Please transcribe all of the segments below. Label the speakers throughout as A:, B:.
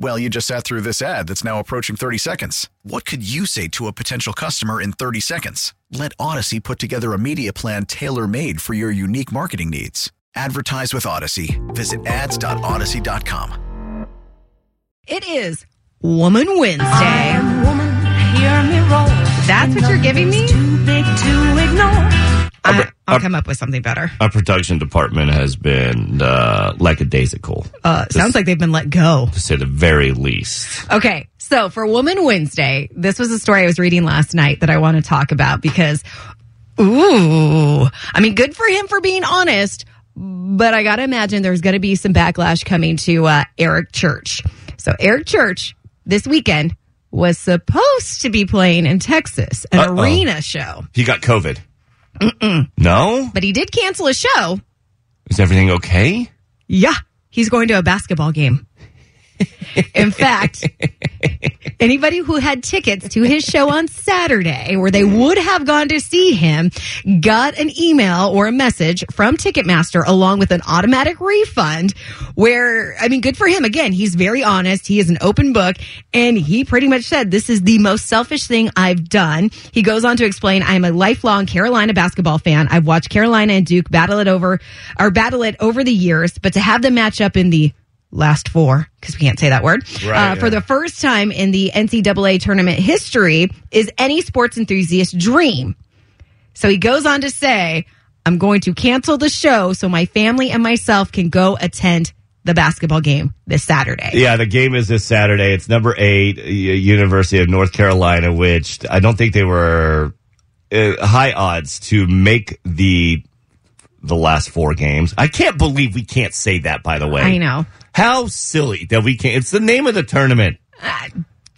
A: Well, you just sat through this ad that's now approaching 30 seconds. What could you say to a potential customer in 30 seconds? Let Odyssey put together a media plan tailor made for your unique marketing needs. Advertise with Odyssey. Visit ads.odyssey.com.
B: It is Woman Wednesday.
C: woman, hear me roll.
B: That's what you're giving me?
C: Too big to ignore.
B: I, I'll come up with something better.
D: Our production department has been uh, lackadaisical,
B: Uh, sounds like they've been let go.
D: to say the very least.
B: Okay, so for Woman Wednesday, this was a story I was reading last night that I want to talk about because, ooh, I mean, good for him for being honest, but I got to imagine there's going to be some backlash coming to uh, Eric Church. So, Eric Church this weekend was supposed to be playing in Texas, an
D: Uh-oh.
B: arena show,
D: He got COVID. No?
B: but he did cancel a show.
D: Is everything okay?
B: Yeah, he's going to a basketball game. In fact, anybody who had tickets to his show on Saturday where they would have gone to see him got an email or a message from Ticketmaster along with an automatic refund where, I mean, good for him. Again, he's very honest. He is an open book and he pretty much said, this is the most selfish thing I've done. He goes on to explain, I'm a lifelong Carolina basketball fan. I've watched Carolina and Duke battle it over or battle it over the years, but to have them match up in the last four because we can't say that word uh, for the first time in the ncaa tournament history is any sports enthusiast dream so he goes on to say i'm going to cancel the show so my family and myself can go attend the basketball game this saturday
D: Yeah, the game is this Saturday. It's number eight, U- University of North Carolina, which I don't think they were uh, high odds to make the the last four games. I can't believe we can't say that. By the way,
B: i know
D: how silly that we can't. It's the name of the tournament.
B: Uh,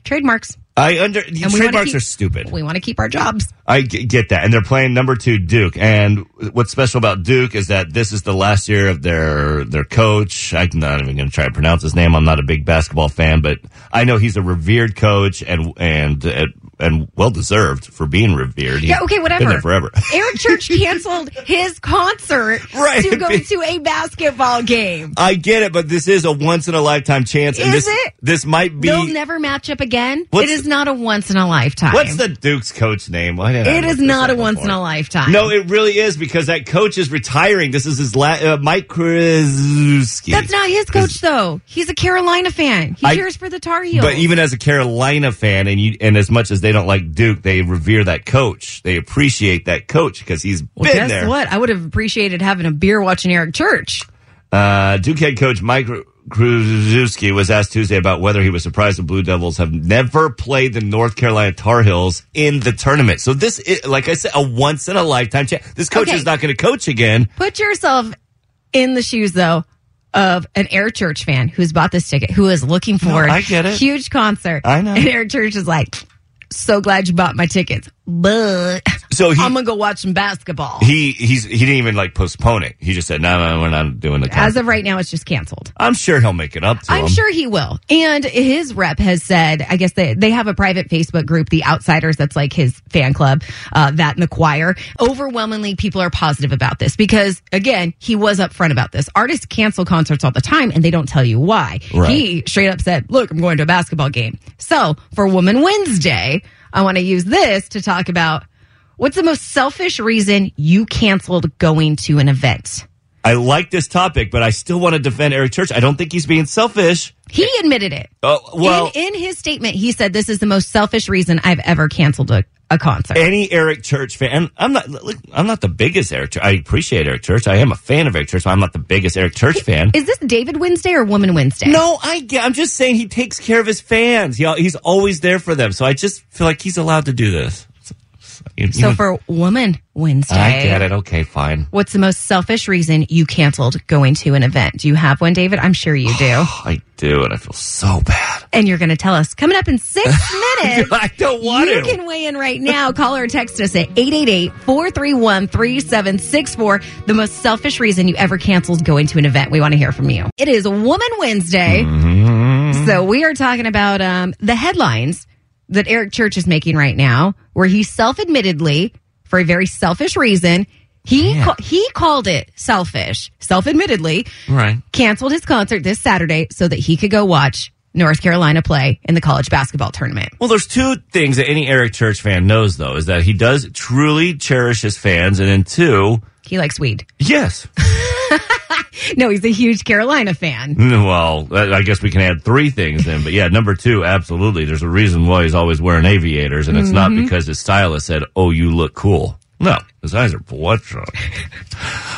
B: trademarks
D: I under
B: we wanna
D: trademarks
B: keep-
D: are stupid.
B: we want to keep our jobs
D: I g- get that. And they're playing number two Duke. And what's special about Duke is that this is the last year of their their coach. I'm not even going to try to pronounce his name. I'm not a big basketball fan, but I know he's a revered coach and and and, and well deserved for being revered. He's
B: Yeah, okay, whatever.
D: Been there forever.
B: eric church canceled his concert
D: Right.
B: to go to a basketball game
D: I get it, but this is a once in a lifetime chance. and
B: Is
D: this,
B: it?
D: This might be.
B: They'll never match up again. It
D: What's-
B: is not a once in a lifetime.
D: what's the Duke's coach name? Why did I
B: It
D: look
B: is
D: this
B: not
D: up
B: a once in
D: before?
B: a lifetime.
D: No, it really is because that coach is retiring. This is his last. Uh, Mike Krzyzewski.
B: that's not his coach though. He's a Carolina fan. He
D: I-
B: cheers for the Tar Heels.
D: But even as a Carolina fan, and you, and as much as they don't like Duke, they revere that coach. They appreciate that coach because he's
B: well,
D: been
B: guess
D: there.
B: what? I would have appreciated having a beer watching Eric Church.
D: Uh, Duke head coach Mike Krzyzewski was asked Tuesday about whether he was surprised the Blue Devils have never played the North Carolina Tar Heels in the tournament. So this, is, like I said, a once in a lifetime chance. This coach
B: Okay.
D: is not going to coach again.
B: Put yourself in the shoes though of an Eric Church fan who's bought this ticket, who is looking for
D: I get it.
B: huge concert.
D: I know.
B: And Eric Church is like, so glad you bought my tickets, but
D: So he.
B: I'm gonna go watch some basketball.
D: he he's he didn't even like postpone it. He just said, "No, no, we're not doing the."
B: As
D: concert."
B: of right now, it's just canceled.
D: I'm sure he'll make it up to
B: I'm
D: him.
B: sure he will. And his rep has said, I guess they, they have a private Facebook group, The Outsiders, that's like his fan club, uh, that and the choir. Overwhelmingly, people are positive about this because, again, he was upfront about this. Artists cancel concerts all the time and they don't tell you why.
D: Right.
B: He straight up said, Look, I'm going to a basketball game. So for Woman Wednesday, I want to use this to talk about what's the most selfish reason you canceled going to an event?
D: I like this topic, but I still want to defend Eric Church. I don't think he's being selfish.
B: He admitted it.
D: Oh well,
B: in, in his statement, he said, "This is the most selfish reason I've ever canceled a, a concert.
D: any Eric Church fan, and I'm not. Look, I'm not the biggest Eric. Church. I appreciate Eric Church. I am a fan of Eric Church. But I'm not the biggest Eric Church fan.
B: Is this David Wednesday or Woman Wednesday?
D: No, I get. I'm just saying he takes care of his fans. He, al- he's always there for them. So I just feel like he's allowed to do this. You- you
B: So
D: know-
B: for Woman Wednesday,
D: I get it. Okay, fine.
B: what's the most selfish reason you canceled going to an event? Do you have one, David? I'm sure you do.
D: I do, and I feel so bad.
B: and you're going to tell us coming up in six minutes.
D: I don't want
B: You
D: to.
B: can weigh in right now. Call or text us at 888-431-3764. The most selfish reason you ever canceled going to an event. We want to hear from you. It is Woman Wednesday.
D: Mm-hmm.
B: So we are talking about um, the headlines that Eric Church is making right now, where he self-admittedly, for a very selfish reason, he ca- he called it selfish, self-admittedly,
D: Right.
B: canceled his concert this Saturday so that he could go watch North Carolina play in the college basketball tournament.
D: Well, there's two things that any Eric Church fan knows, though, is that he does truly cherish his fans, and then two,
B: He likes weed.
D: yes.
B: No, he's a huge Carolina fan.
D: Well, I I guess we can add three things then, but yeah, number two, absolutely. There's a reason why he's always wearing aviators, and it's not
B: Mm-hmm.
D: because his stylist said, "Oh, you look cool." No, his eyes are bloodshot.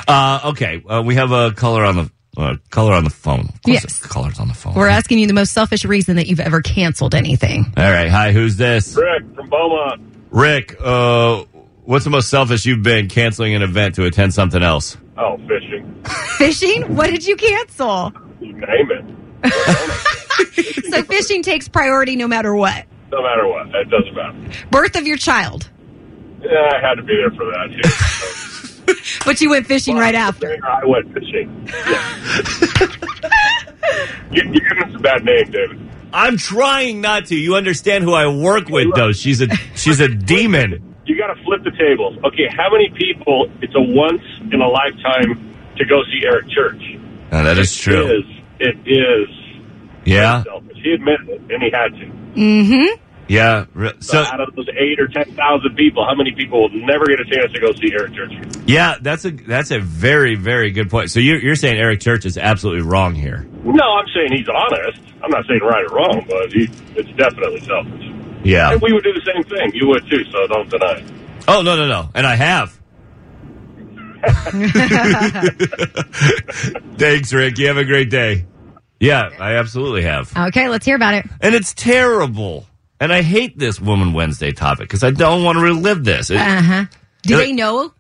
D: uh, okay, uh, we have a caller on the uh, caller on the phone. Of course
B: Yes.
D: the caller's on the phone.
B: We're asking you the most selfish reason that you've ever canceled anything.
D: All right, hi, who's this?
E: Rick from Beaumont.
D: Rick. Uh, what's the most selfish you've been canceling an event to attend something else?
E: Oh, fishing.
B: Fishing? What did you cancel?
E: You name it.
B: So fishing takes priority no matter what.
E: No matter what. It doesn't matter.
B: Birth of your child.
E: Yeah, I had to be there for that, too.
B: But you went fishing right after.
E: I went fishing. Yeah. you, you give us a bad name, David.
D: I'm trying not to. You understand who I work with, though. She's a she's a demon.
E: You got to flip the tables. Okay, how many people, it's a once in a lifetime to go see Eric Church?
D: Uh, that is true.
E: It is. It is
D: Yeah,
E: selfish. He admitted it, and he had to.
B: Mm-hmm.
D: yeah. Re-
E: So,
D: So
E: out of those eight or 10,000 people, how many people will never get a chance to go see Eric Church?
D: yeah, that's a that's a very very good point. So you're you're saying Eric Church is absolutely wrong here.
E: No, I'm saying he's honest. I'm not saying right or wrong, but he, it's definitely selfish.
D: Yeah.
E: And we would do the same thing. You would too, so don't deny it.
D: Oh no no no, and I have. Thanks, Rick. You have a great day. Yeah, I absolutely have.
B: Okay, let's hear about it.
D: and it's terrible. And I hate this Woman Wednesday topic because I don't want to relive this. It-
B: Uh huh. Do
D: Uh,
B: they know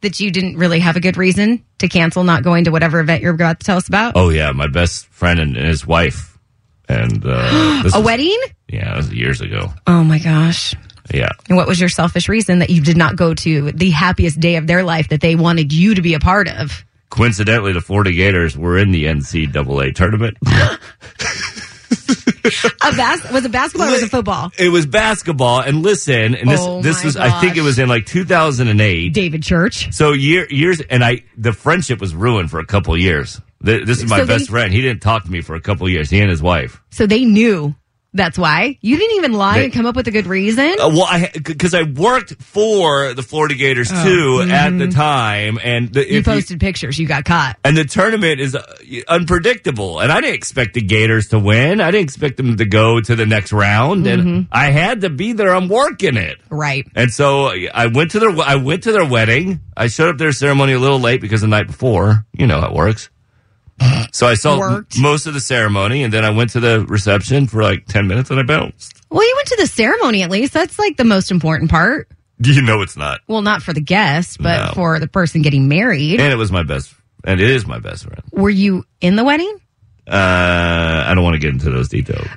B: that you didn't really have a good reason to cancel not going to whatever event you're about to tell us about?
D: oh yeah, my best friend and, and his wife, and uh, this
B: a
D: was-
B: wedding?
D: Yeah, this was years ago.
B: Oh my gosh.
D: Yeah.
B: And what was your selfish reason that you did not go to the happiest day of their life that they wanted you to be a part of?
D: Coincidentally, the Florida Gators were in the NCAA tournament.
B: A bas- was it basketball or was it football?
D: It was basketball, and listen, and this
B: Oh
D: this
B: my
D: was I think it
B: gosh.
D: was in like 2008.
B: David Church.
D: So year, years, and I the friendship was ruined for a couple years. Th- This is my
B: So they-
D: best friend. He didn't talk to me for a couple years. He and his wife.
B: So they knew that's why. You didn't even lie
D: They-
B: and come up with a good reason.
D: Uh, well, I because I worked for the Florida Gators too at the time, and the,
B: Oh. Mm-hmm. you
D: if you-
B: posted pictures. You got caught.
D: And the tournament is uh, unpredictable. And I didn't expect the Gators to win. I didn't expect them to go to the next round. And I had to be there. I'm working it.
B: Right.
D: And so I went to their I went to their wedding. I showed up to their ceremony a little late because the night before, you know how it works. So I saw
B: Worked.
D: m- most of the ceremony, and then I went to the reception for like ten minutes, and I bounced.
B: Well, you went to the ceremony at least. That's like the most important part.
D: You know it's not.
B: Well, not for the guest, but
D: No.
B: for the person getting married.
D: And it was my best, and it is my best friend.
B: Were you in the wedding?
D: Uh, I don't want to get into those details.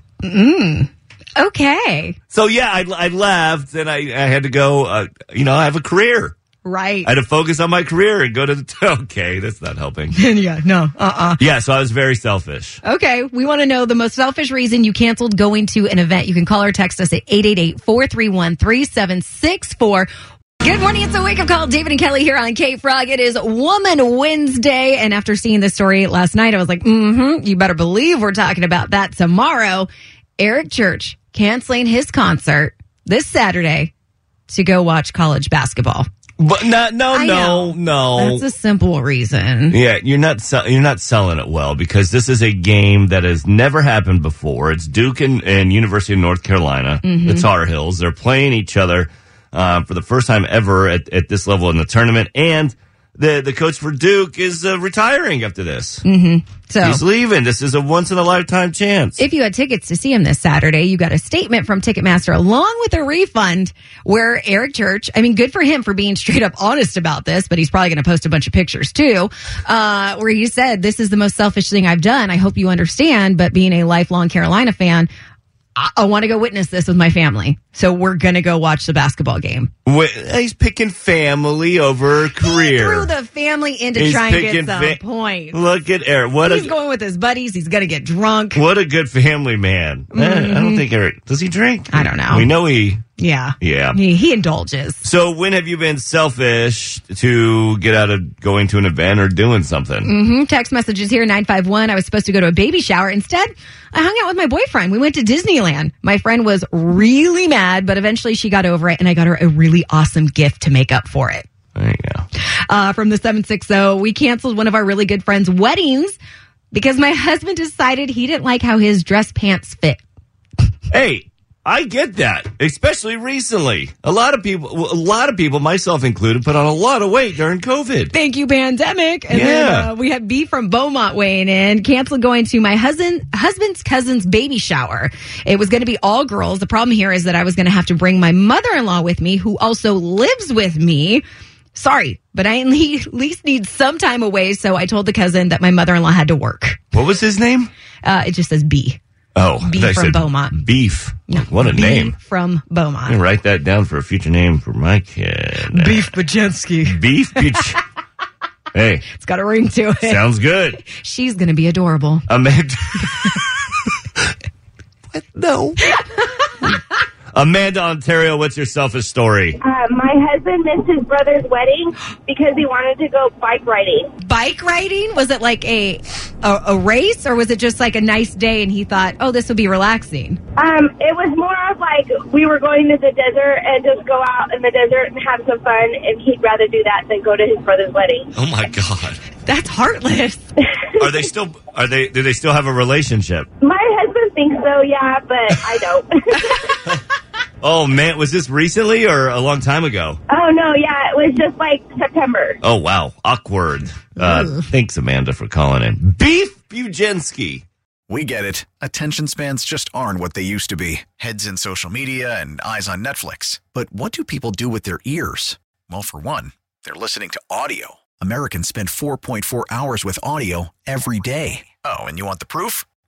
B: Okay.
D: So yeah, I, I left and I, I had to go. Uh, you know, I have a career.
B: Right.
D: I had to focus on my career and go to the. Okay, that's not helping.
B: yeah. No. Uh.
D: Yeah, so I was very selfish.
B: uh Okay. We want to know the most selfish reason you canceled going to an event. You can call or text us at 888-431-3764. Good morning. It's a wake up call. David and Kelly here on K Frog. It is Woman Wednesday. And after seeing this story last night, I was like, mm hmm, you better believe we're talking about that tomorrow. Eric Church canceling his concert this Saturday to go watch college basketball.
D: But not, no,
B: I
D: no, no.
B: That's a simple reason.
D: yeah, you're not sell- you're not selling it well because this is a game that has never happened
B: Mm-hmm.
D: before. It's Duke and, and University of North Carolina, the Tar Heels. They're playing each other. uh, for the first time ever at, at this level in the tournament. And the the coach for Duke is uh, retiring after this.
B: So
D: He's leaving. This is a once in a lifetime chance.
B: If you had tickets to see him this Saturday, you got a statement from Ticketmaster along with a refund where Eric Church, I mean, good for him for being straight up honest about this, but he's probably going to post a bunch of pictures too, uh, where he said, This is the most selfish thing I've done. I hope you understand, but being a lifelong Carolina fan, I, I want to go witness this with my family. So we're going to go watch the basketball game.
D: Wait, he's picking family over career.
B: Threw the family in to
D: He's
B: try and get
D: picking
B: some
D: fa-
B: points.
D: Look at Eric. What
B: He's
D: a
B: going with his buddies. He's going to get drunk.
D: what a good family man. Eh, I don't think Eric does. He drink?
B: Mm-hmm. I don't know.
D: We know he.
B: Yeah.
D: Yeah.
B: He, he indulges.
D: So when have you been selfish to get out of going to an event or doing something?
B: Mhm. Text messages here 951. I was supposed to go to a baby shower. Instead, I hung out with my boyfriend. We went to Disneyland. My friend was really mad, but eventually she got over it and I got her a really awesome gift to make up for it.
D: There you go.
B: Uh, from the 760, we canceled one of our really good friends' weddings because my husband decided he didn't like how his dress pants fit.
D: Hey, I get that, especially recently. A lot of people, a lot of people, myself included, put on a lot of weight during COVID.
B: Thank you, pandemic. And then
D: Yeah.
B: uh, we have B from Beaumont weighing in. Canceled going to my husband husband's cousin's baby shower. It was going to be all girls. The problem here is that I was going to have to bring my mother in law with me, who also lives with me. Sorry, but I at le- at least need some time away. So I told the cousin that my mother in law had to work.
D: What was his name?
B: Uh, it just says B.
D: Oh, I
B: Beef
D: thought you
B: from
D: said
B: Beaumont.
D: Beef. What a
B: B
D: name.
B: from Beaumont.
D: I'm gonna write that down for a future name for my kid.
B: Beef Bajensky.
D: Beef. Beach. hey,
B: It's got a ring to it.
D: sounds good.
B: She's going to be adorable.
D: Amanda. what? No. Amanda Ontario, what's your selfish story?
F: Uh, my husband missed his brother's wedding because he wanted to go bike riding.
B: bike riding? Was it like a, a a race, or was it just like a nice day and he thought, oh, this would be relaxing?
F: Um, it was more of like we were going to the desert and just go out in the desert and have some fun, and he'd rather do that than go to his brother's wedding.
D: Oh my god.
B: That's heartless.
D: Are they still are they do they still have a relationship?
F: My husband thinks so, yeah, but I don't.
D: Oh man, was this recently or a long time ago?
F: oh no, yeah, it was just like September.
D: Oh wow, awkward. Uh, thanks Amanda for calling in. Beef Bujenski.
A: We get it. Attention spans just aren't what they used to be heads in social media and eyes on Netflix. But what do people do with their ears? Well, for one, they're listening to audio. Americans spend 4.4 hours with audio every day. Oh, and you want the proof?